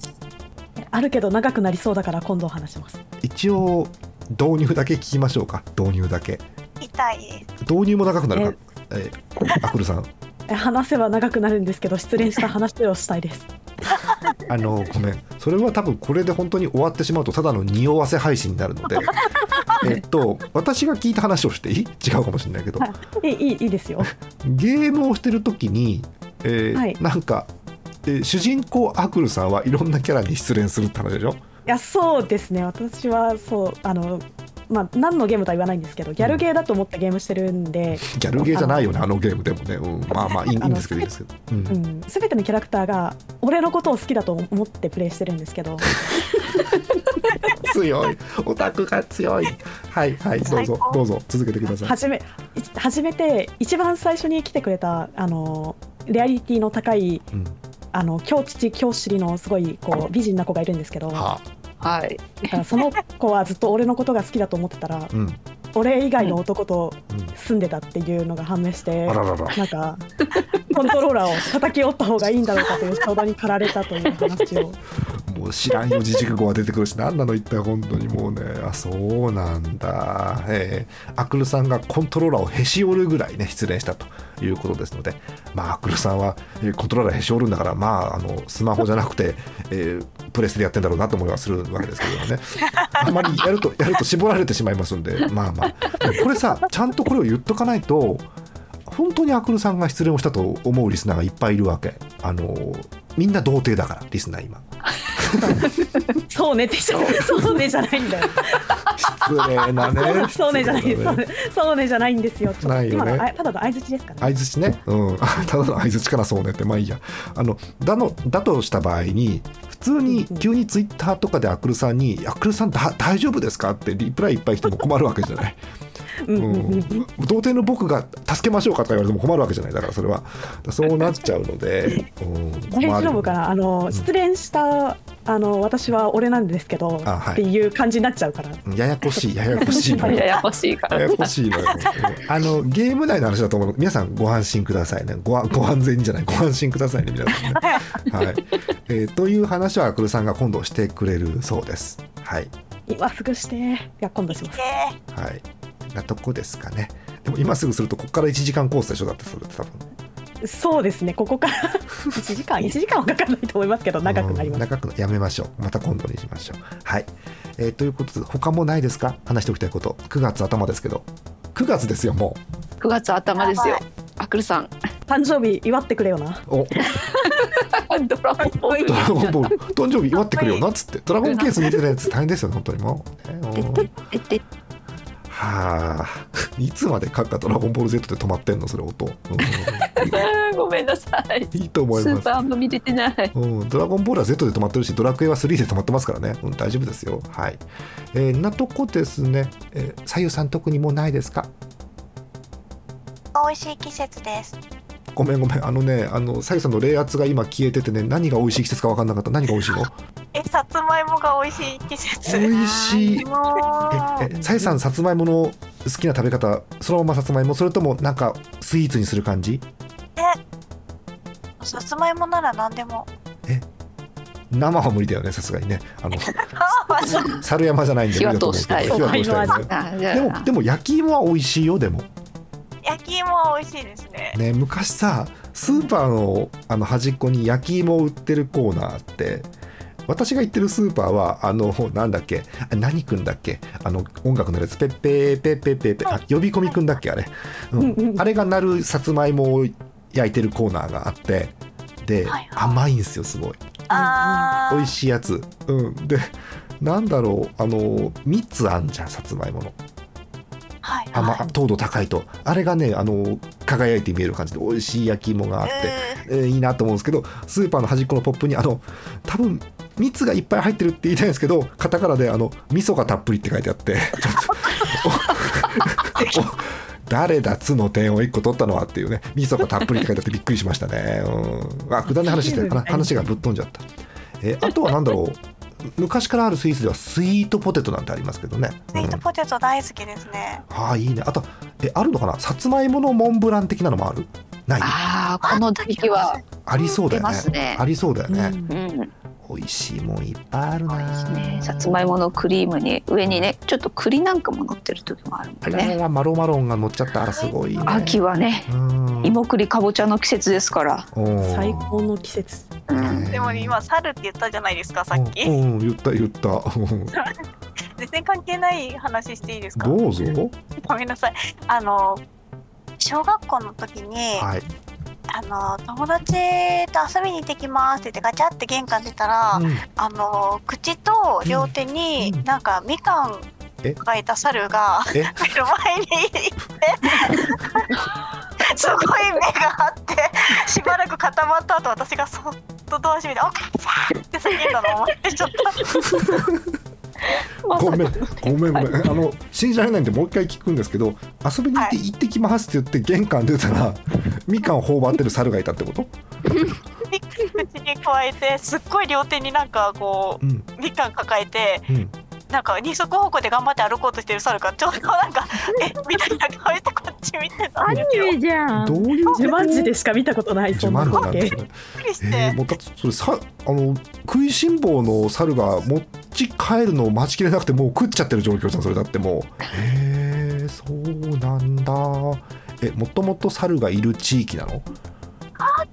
S4: あるけど長くなりそうだから今度お話します
S1: 一応導入だけ聞きましょうか導入だけ
S3: 痛いです。
S1: 導入も長くなるかえー、アクルさん
S4: え話せば長くなるんですけど失恋した話をしたい です
S1: あのごめんそれは多分これで本当に終わってしまうとただの匂わせ配信になる のでえっと私が聞いた話をしていい違うかもしれないけど
S4: はいいいいいいいですよ
S1: ゲームをしてる時に、えー
S4: はい
S1: なんか、えー主人公アクルさんはいろんなキャラに失恋するって話でしょ
S4: いやそうですね私はそうあのまあ何のゲームとは言わないんですけどギャルゲーだと思ってゲームしてるんで、
S1: ギャルゲーじゃないよねあのゲームでもね、うん、まあまあいいいいんですけどいいんですけど、うん
S4: うん、全てのキャラクターが俺のことを好きだと思ってプレイしてるんですけど
S1: 強いオタクが強いはいはいどうぞ
S3: 最高
S1: どうぞ続けてください
S4: 初めい初めて一番最初に来てくれたあのレアリティの高い
S1: うん
S4: あの京父京尻のすごいこう美人な子がいるんですけどだ
S1: はあ
S2: はい。
S4: からその子はずっと俺のことが好きだと思ってたら
S1: うん
S4: 俺以外の男と住んでたっていうのが判明し
S1: う
S4: て
S1: ん、あららら
S4: なんかコントローラーを叩き折った方がいいんだろうかという相談に駆られたという話を
S1: もう知らんよ自熟語が出てくるし何なの一体本当にもうねあそうなんだええアクルさんがコントローラーをへし折るぐらいね失恋したということですのでまあアクルさんはえーコントローラーへし折るんだからまああのスマホじゃなくて、えープレスでやってんだろうなと思いはするわけですけどねあまりやるとやると絞られてしまいますんでまあまあでもこれさちゃんとこれを言っとかないと本当にアクルさんが失恋をしたと思うリスナーがいっぱいいるわけあのみんな童貞だからリスナー今。
S4: そうねって言っちゃうそうねじゃないんだよ
S1: 失礼なね。
S4: そうねじゃない
S1: 失
S4: で
S1: 礼
S4: す
S1: だ
S4: そうねそうねじゃないんですよちょっ
S1: な
S4: と
S1: いよ
S4: 今
S1: ね
S4: のあただの相づちですかね
S1: 相づちね、うん、 ただの相づちからそうねってまあいいやあのだのだとした場合に普通に
S4: うんうん
S1: 急にツイッターとかでアクルさんに「アクルさんだ大丈夫ですか?」ってリプライいっぱい来ても困るわけじゃない、
S4: うん
S1: う
S4: うんんうん、
S1: 童貞の僕が「助けましょうか」とか言われても困るわけじゃないだからそれはそうなっちゃうので、 うん、困る
S4: 大丈夫かなあの
S1: ん
S4: 失恋したあの私は俺なんですけど、
S1: あはい
S4: っていう感じになっちゃうから
S1: うんややこしいややこしいのよ
S2: ややこしいか
S1: や
S2: ら
S1: や。こしいの よ。あの、ゲーム内の話だと思うの皆さんご安心くださいね。ごあ、ご安全にじゃない、ご安心くださいね、皆さんね。はい。えーという話は、アクルさんが今度してくれるそうです。はい。
S4: 今すぐしていや今度します
S3: え
S1: はい。なとこですかね。でも今すぐすると、ここから1時間コースでしょだって、それって多分。
S4: そうですねここから 1時間1時間 はかかんないと思いますけど長くなりま
S1: うん
S4: す
S1: 長くなやめましょう。また今度にしましょう。はい。えーということで、他もないですか話しておきたいこと。9月頭ですけど。9月ですよ、も
S2: 9月頭ですよ。アクルさん。
S4: 誕生日祝ってくれよな
S1: う。お、
S2: ドラゴンボール
S1: ドラゴンボール誕生日祝ってくれよなっつってドラゴンケース見てたやつ大変ですよね本当にもう、ね
S5: で
S1: うん
S5: ででで
S1: はあいつまでかっかドラゴンボール Z で止まってんのそれ 音、うん
S2: ごめんなさい。
S1: いいと思い
S2: ス
S1: ま
S2: ー
S1: す
S2: パーも見れてない。
S1: うん、ドラゴンボールは Z で止まってるしドラクエは3で止まってますからね、うん、大丈夫ですよはい、えー、なとこですね、えー、左右さん特にもうないですか
S3: ー、美味しい季節です。
S1: ごめんごめんあのねあの左右さんの冷圧が今消えててね何が美味しい季節か分かんなかった何が美味しい の
S3: え、さつまいもが美味しい季
S1: 美
S3: 節。
S1: 味しい
S3: も
S1: え
S3: う、
S1: えさゆさんさつまいもの好きな食べ方そのままさつまいもそれともなんかスイーツにする感じ
S3: さつまいもなら何でも。
S1: 生は無理だよねさすがにねあの
S3: あ、まず、
S1: 猿山じゃないんで
S2: 火は
S1: 無理だと思うけど
S4: 通したい
S1: 火は通したいね
S5: あじゃあ
S1: でもでも焼き芋は美味しいよでも
S3: 焼き芋は美味しいですね。
S1: ね昔さスーパーのあの端っこに焼き芋を売ってるコーナーあって私が行ってるスーパーはあのなんだっけあ何くんだっけあの音楽のやつペッペーペッペッペッペあ呼び込みくんだっけあれ、う、
S4: うんうんん
S1: あれが鳴るさつまいもを焼いてるコーナーがあってで、
S3: はいはい
S1: 甘いんですよすごい
S3: あー
S1: 美味しいやつうんでなんだろうあの3つあんじゃんさつまいもの
S3: はい。
S1: あ、まあ、糖度高いとあれがねあの輝いて見える感じで美味しい焼き芋があって、
S3: う
S1: えーいいなと思うんですけどスーパーの端っこのポップにあの多分蜜がいっぱい入ってるって言いたいんですけどカタカナであの味噌がたっぷりって書いてあってちょっとおお誰だ「つ」の点を1個取ったのはっていうね味噌がたっぷりって書いてあってびっくりしましたねうんあくだらない話してる話話がぶっ飛んじゃった、えーあとは何だろう昔からあるスイーツではスイートポテトなんてありますけどね、
S3: スイー
S1: う
S3: ト
S1: ん
S3: ポテト大好きですね。
S1: ああいいねあとえあるのかなさつまいものモンブラン的なのもあるないあ
S5: あーこの時期は
S1: りそうだよ
S5: 出ます
S1: ね
S5: ね
S1: ありそうだよね、
S4: うん
S2: うん。
S1: 美味しいもんいっぱいあるな
S5: ねさつまいものクリームに上にねちょっと栗なんかも乗ってる時もある
S1: あ
S5: もん
S1: れ
S5: ね
S1: はマロマロンが乗っちゃったあらすごいね
S5: 秋はね
S1: うん
S5: 芋栗かぼちゃの季節ですから、
S1: うん
S4: 最高の季節
S5: うん、
S3: でも今、猿って言ったじゃないですか、さっき。
S1: うんうん言った言ったうん
S3: 全然関係ない話していいですか
S1: どうぞ
S3: ごめんなさい。あの、小学校の時に、
S1: はい
S3: あの友達と遊びに行ってきますって言ってガチャって玄関出たら、
S1: うん
S3: あの口と両手に
S1: うん
S3: なんかみかん
S1: え
S3: 抱えた猿が
S1: え
S3: 目の前に いてすごい目があってしばらく固まった後私がそっとドア閉めて「お母さん!」って叫んだのを思い出しちゃった。
S1: ごめんごめんごめんあの信じられないんでもう一回聞くんですけど遊びに行って
S3: は
S1: 行ってきますって言って玄関出たらみかんを頬張ってる猿がいたってこと
S3: み口に加えてすっごい両手になんかこ
S1: うん
S3: うみかん抱えて
S1: うん
S3: なんか二足歩行で頑張って歩こうとしてる猿がちょうどなんかえみたいな顔してこっち見てたんですよ。びっ
S5: じゃ
S1: どういう
S4: ジュマンジでしか見たことない
S1: ジ
S4: そ
S1: ュ
S4: ん
S1: マ
S4: な
S1: ンジなんで
S4: 光景
S1: すね
S3: くりして、
S1: えー、もうだってそれさあの食いしん坊の猿が持ち帰るのを待ちきれなくてもう食っちゃってる状況じゃんそれだって もうへえー、そうなんだえもともと猿がいる地域なの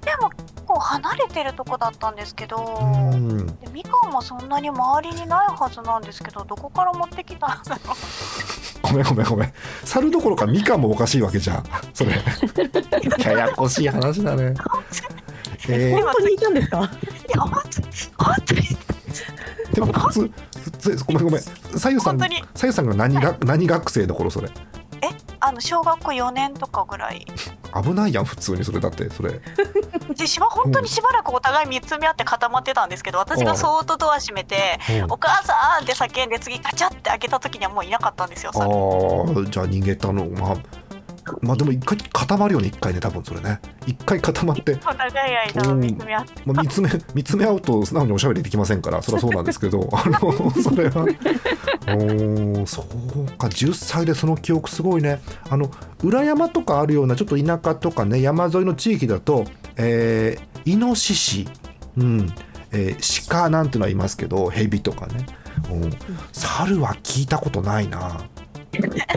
S3: でも結構離れてるとこだったんですけど。
S1: うん
S3: でみかんもそんなに周りにないはずなんですけどどこから持ってきたんだろう
S1: ごめんごめんごめん猿どころかみかんもおかしいわけじゃん それややこしい話だねえ
S4: 本当にいたんですか
S3: いや本当に本当に
S1: ー、でも普通普通ごめんごめんさゆさん
S3: 本当に
S1: さゆさんが何が何学生の頃それ
S3: あの小学校4年とかぐらい
S1: 危ないやん普通にそれだってそれ
S3: でしば本当にしばらくお互い見つめ合って固まってたんですけど私がそーっとドア閉めて「お母さん!」って叫んで次ガチャって開けた時にはもういなかったんですよ
S1: ああ
S3: 猿
S1: ーじゃあ逃げたのまあまあでも一回固まるよね一回ね多分それね一回固まって、
S3: お互い間見つめ合って
S1: まあ、見 つめ見つめ合うと素直におしゃべりできませんからそれはそうなんですけどあのそれはおそうか10歳でその記憶すごいねあの裏山とかあるようなちょっと田舎とかね山沿いの地域だとえーイノシシうん、えー鹿なんてのはいますけどヘビとかね、うん、猿は聞いたことないない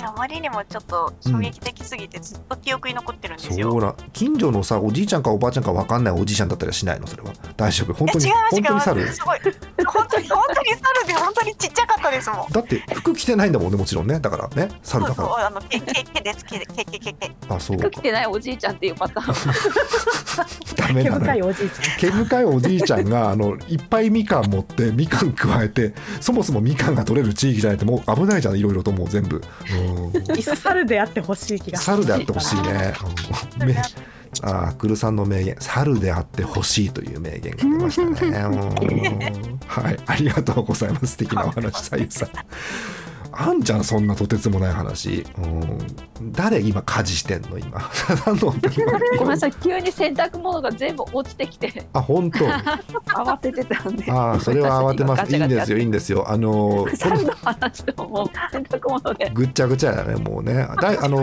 S3: やあまりにもちょっと衝撃的すぎてずっと記憶に残ってるんですよ、
S1: そうな近所のさおじいちゃんかおばあちゃんか分かんないおじいちゃんだったりはしないのそれは大丈夫本
S3: え
S1: 当に
S3: 違います
S1: 本
S3: 違い
S1: 当に
S3: ます
S1: 猿
S3: すごい本当に本当に猿で本当にちっちゃかったですもん
S1: だって服着てないんだもんねもちろんねだからね猿
S3: そ
S1: だ
S3: うそう
S1: か
S3: あのけけけですけけけけけ
S1: らあそう
S2: 服着てないおじいちゃんっていうパタ ーン
S1: ダメ
S4: 毛
S1: だ
S4: 深
S1: ね
S4: いおじいちゃん
S1: 毛深いおじいちゃんがあのいっぱいみかん持ってみかん加えてそもそもみかんが取れる地域じゃないともう危ないじゃんいろいろともう全部うん
S4: いっさるであってほしい気が
S1: 猿であってほしいねうんめあークルさんの名言「猿であってほしい」という名言が出ました ね。うんはい、ありがとうございます素敵なお話さゆさん。あんちゃんそんなとてつもない話。うん誰今家事してんの今。 何の
S2: ごめんなさい急に洗濯物が全部落ちてきて
S1: あ本当。
S2: 慌ててたんで
S1: あーそれは慌てます。いいんですよいいんですよ。あのーこ
S2: 猿
S1: の
S2: の話ともう洗濯物で
S1: ぐっちゃぐちゃやねもうね。だいあの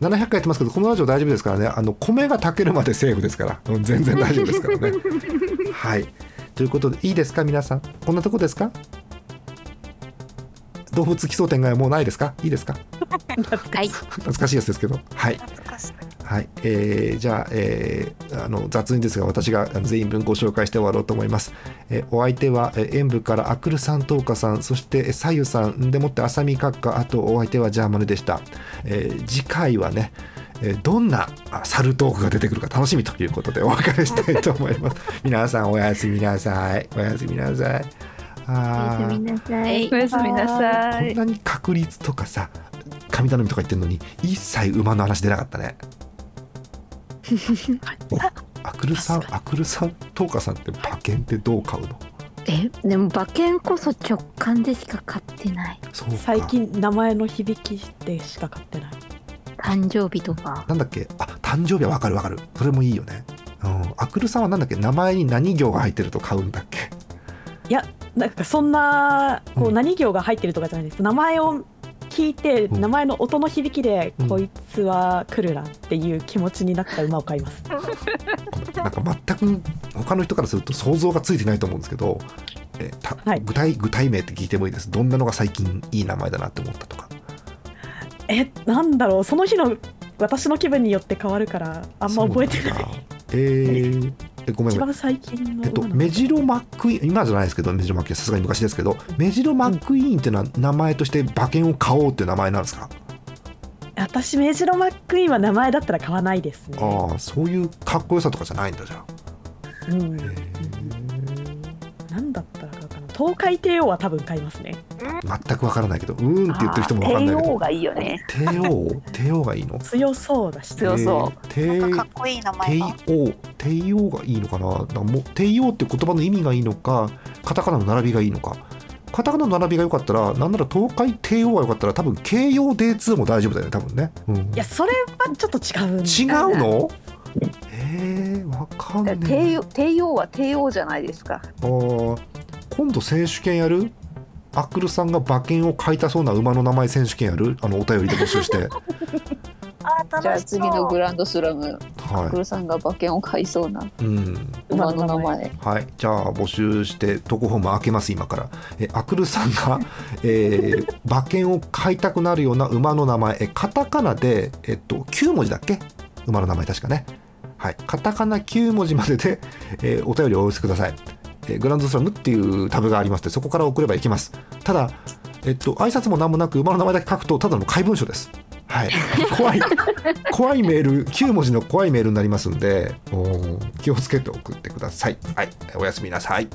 S1: 700回やってますけどこのラジオ大丈夫ですからねあの米が炊けるまでセーフですから、うん全然大丈夫ですから ねはいということでいいですか皆さんこんなとこですか動物奇想天外はもうないですかいいですか
S5: はい
S1: 懐かしいやつですけどはい
S3: 懐かしい
S1: はい、えーじゃあ,、えーあの雑にですが私があの全員分ご紹介して終わろうと思います、えーお相手は、えー演舞からあくるさんとうかさんそしてえーさゆさんでもってあさみかっかあとお相手はジャーマネでした、えー次回はねえーどんなあ猿トークが出てくるか楽しみということでお別れしたいと思い ます皆さんおやすみなさいおやすみなさいあ
S5: おや
S1: ー
S5: すみなさい
S2: おやすみなさ
S1: こん
S2: い
S1: なに確率とかさ神頼みとか言ってるのに一切馬の話出なかった ねあくるさんあくるさんとうかさんって馬券ってどう買うの
S5: えでも馬券こそ直感でしか買ってない
S1: そうか
S4: 最近名前の響きでしか買ってない
S5: 誕生日とか
S1: なんだっけあ誕生日はわかるわかるそれもいいよねうんあくるさんはなんだっけ名前に何行が入ってると買うんだっ け
S4: なんかそんなこ
S1: う
S4: うん何行が入ってるとかじゃないです名前を聞いて
S1: うん
S4: 名前の音の響きで
S1: うん
S4: こいつは来るなっていう気持ちになった馬を買います
S1: ごめんなんか全く他の人からすると想像がついてないと思うんですけどえた
S4: はい
S1: 具体具体名って聞いてもいいですどんなのが最近いい名前だなって思ったとか
S4: えなんだろうその日の私の気分によって変わるからあんま覚えて
S1: そ
S4: ない
S1: うなんだ。えーえごめん
S4: 一
S1: ごめん。
S4: 番最近の
S1: えっと、
S4: 馬の
S1: メジロマックイーン今じゃないですけどメジロマックイーンさすがに昔ですけどメジロマックイーンっていうのは名前として馬券を買おうっていう名前なんですか、
S4: 私メジロマックイーンは名前だったら買わないですね
S1: ああそういうかっこよさとかじゃないんだじゃあ、
S4: うん
S1: え
S4: なんだったら買うかな東海帝王は多分買いますね
S1: 全くわからないけどうーんって言ってる人もわかんないけ
S2: 帝王
S1: ど
S2: がいいよね
S1: 帝王帝王がいいの、
S4: 強そうだし
S2: 強そう
S3: なん
S1: 帝
S3: かかっこいい名前
S1: 帝
S3: が
S1: 王帝王がいいのかななんかもう帝王って言葉の意味がいいのかカタカナの並びがいいのかカタカナの並びが良かったらなんなら東海帝王が良かったら多分慶応 D2 も大丈夫だよね多分ね、うん、
S4: いやそれはちょっと違うんだ
S1: 違うのえー、わかんねえ
S2: 帝王帝王は帝王じゃないですか。
S1: あー今度選手権やるアクルさんが馬券を買いたそうな馬の名前選手権やるあのお便りで募集して
S3: あー
S2: じゃ
S3: 楽
S2: あ
S3: しそう
S2: 次のグランドスラム、ク
S1: は、
S2: ルさんが馬券を買いそうない
S1: うん、
S2: 馬の名前。
S1: はい、じゃあ募集して投稿フォーム開けます今からえアクルさんが、 えー馬券を買いたくなるような馬の名前えカタカナで、えっと、9文字だっけ馬の名前確かねはいカタカナ9文字までで、えーお便りをお寄せください、えーグランドスラムっていうタブがありましてそこから送ればいけますただえっと挨拶も何もなく馬の名前だけ書くとただの怪文書ですはい、怖い怖いメール9文字の怖いメールになりますんでおー気をつけて送ってください。はい、おやすみなさい。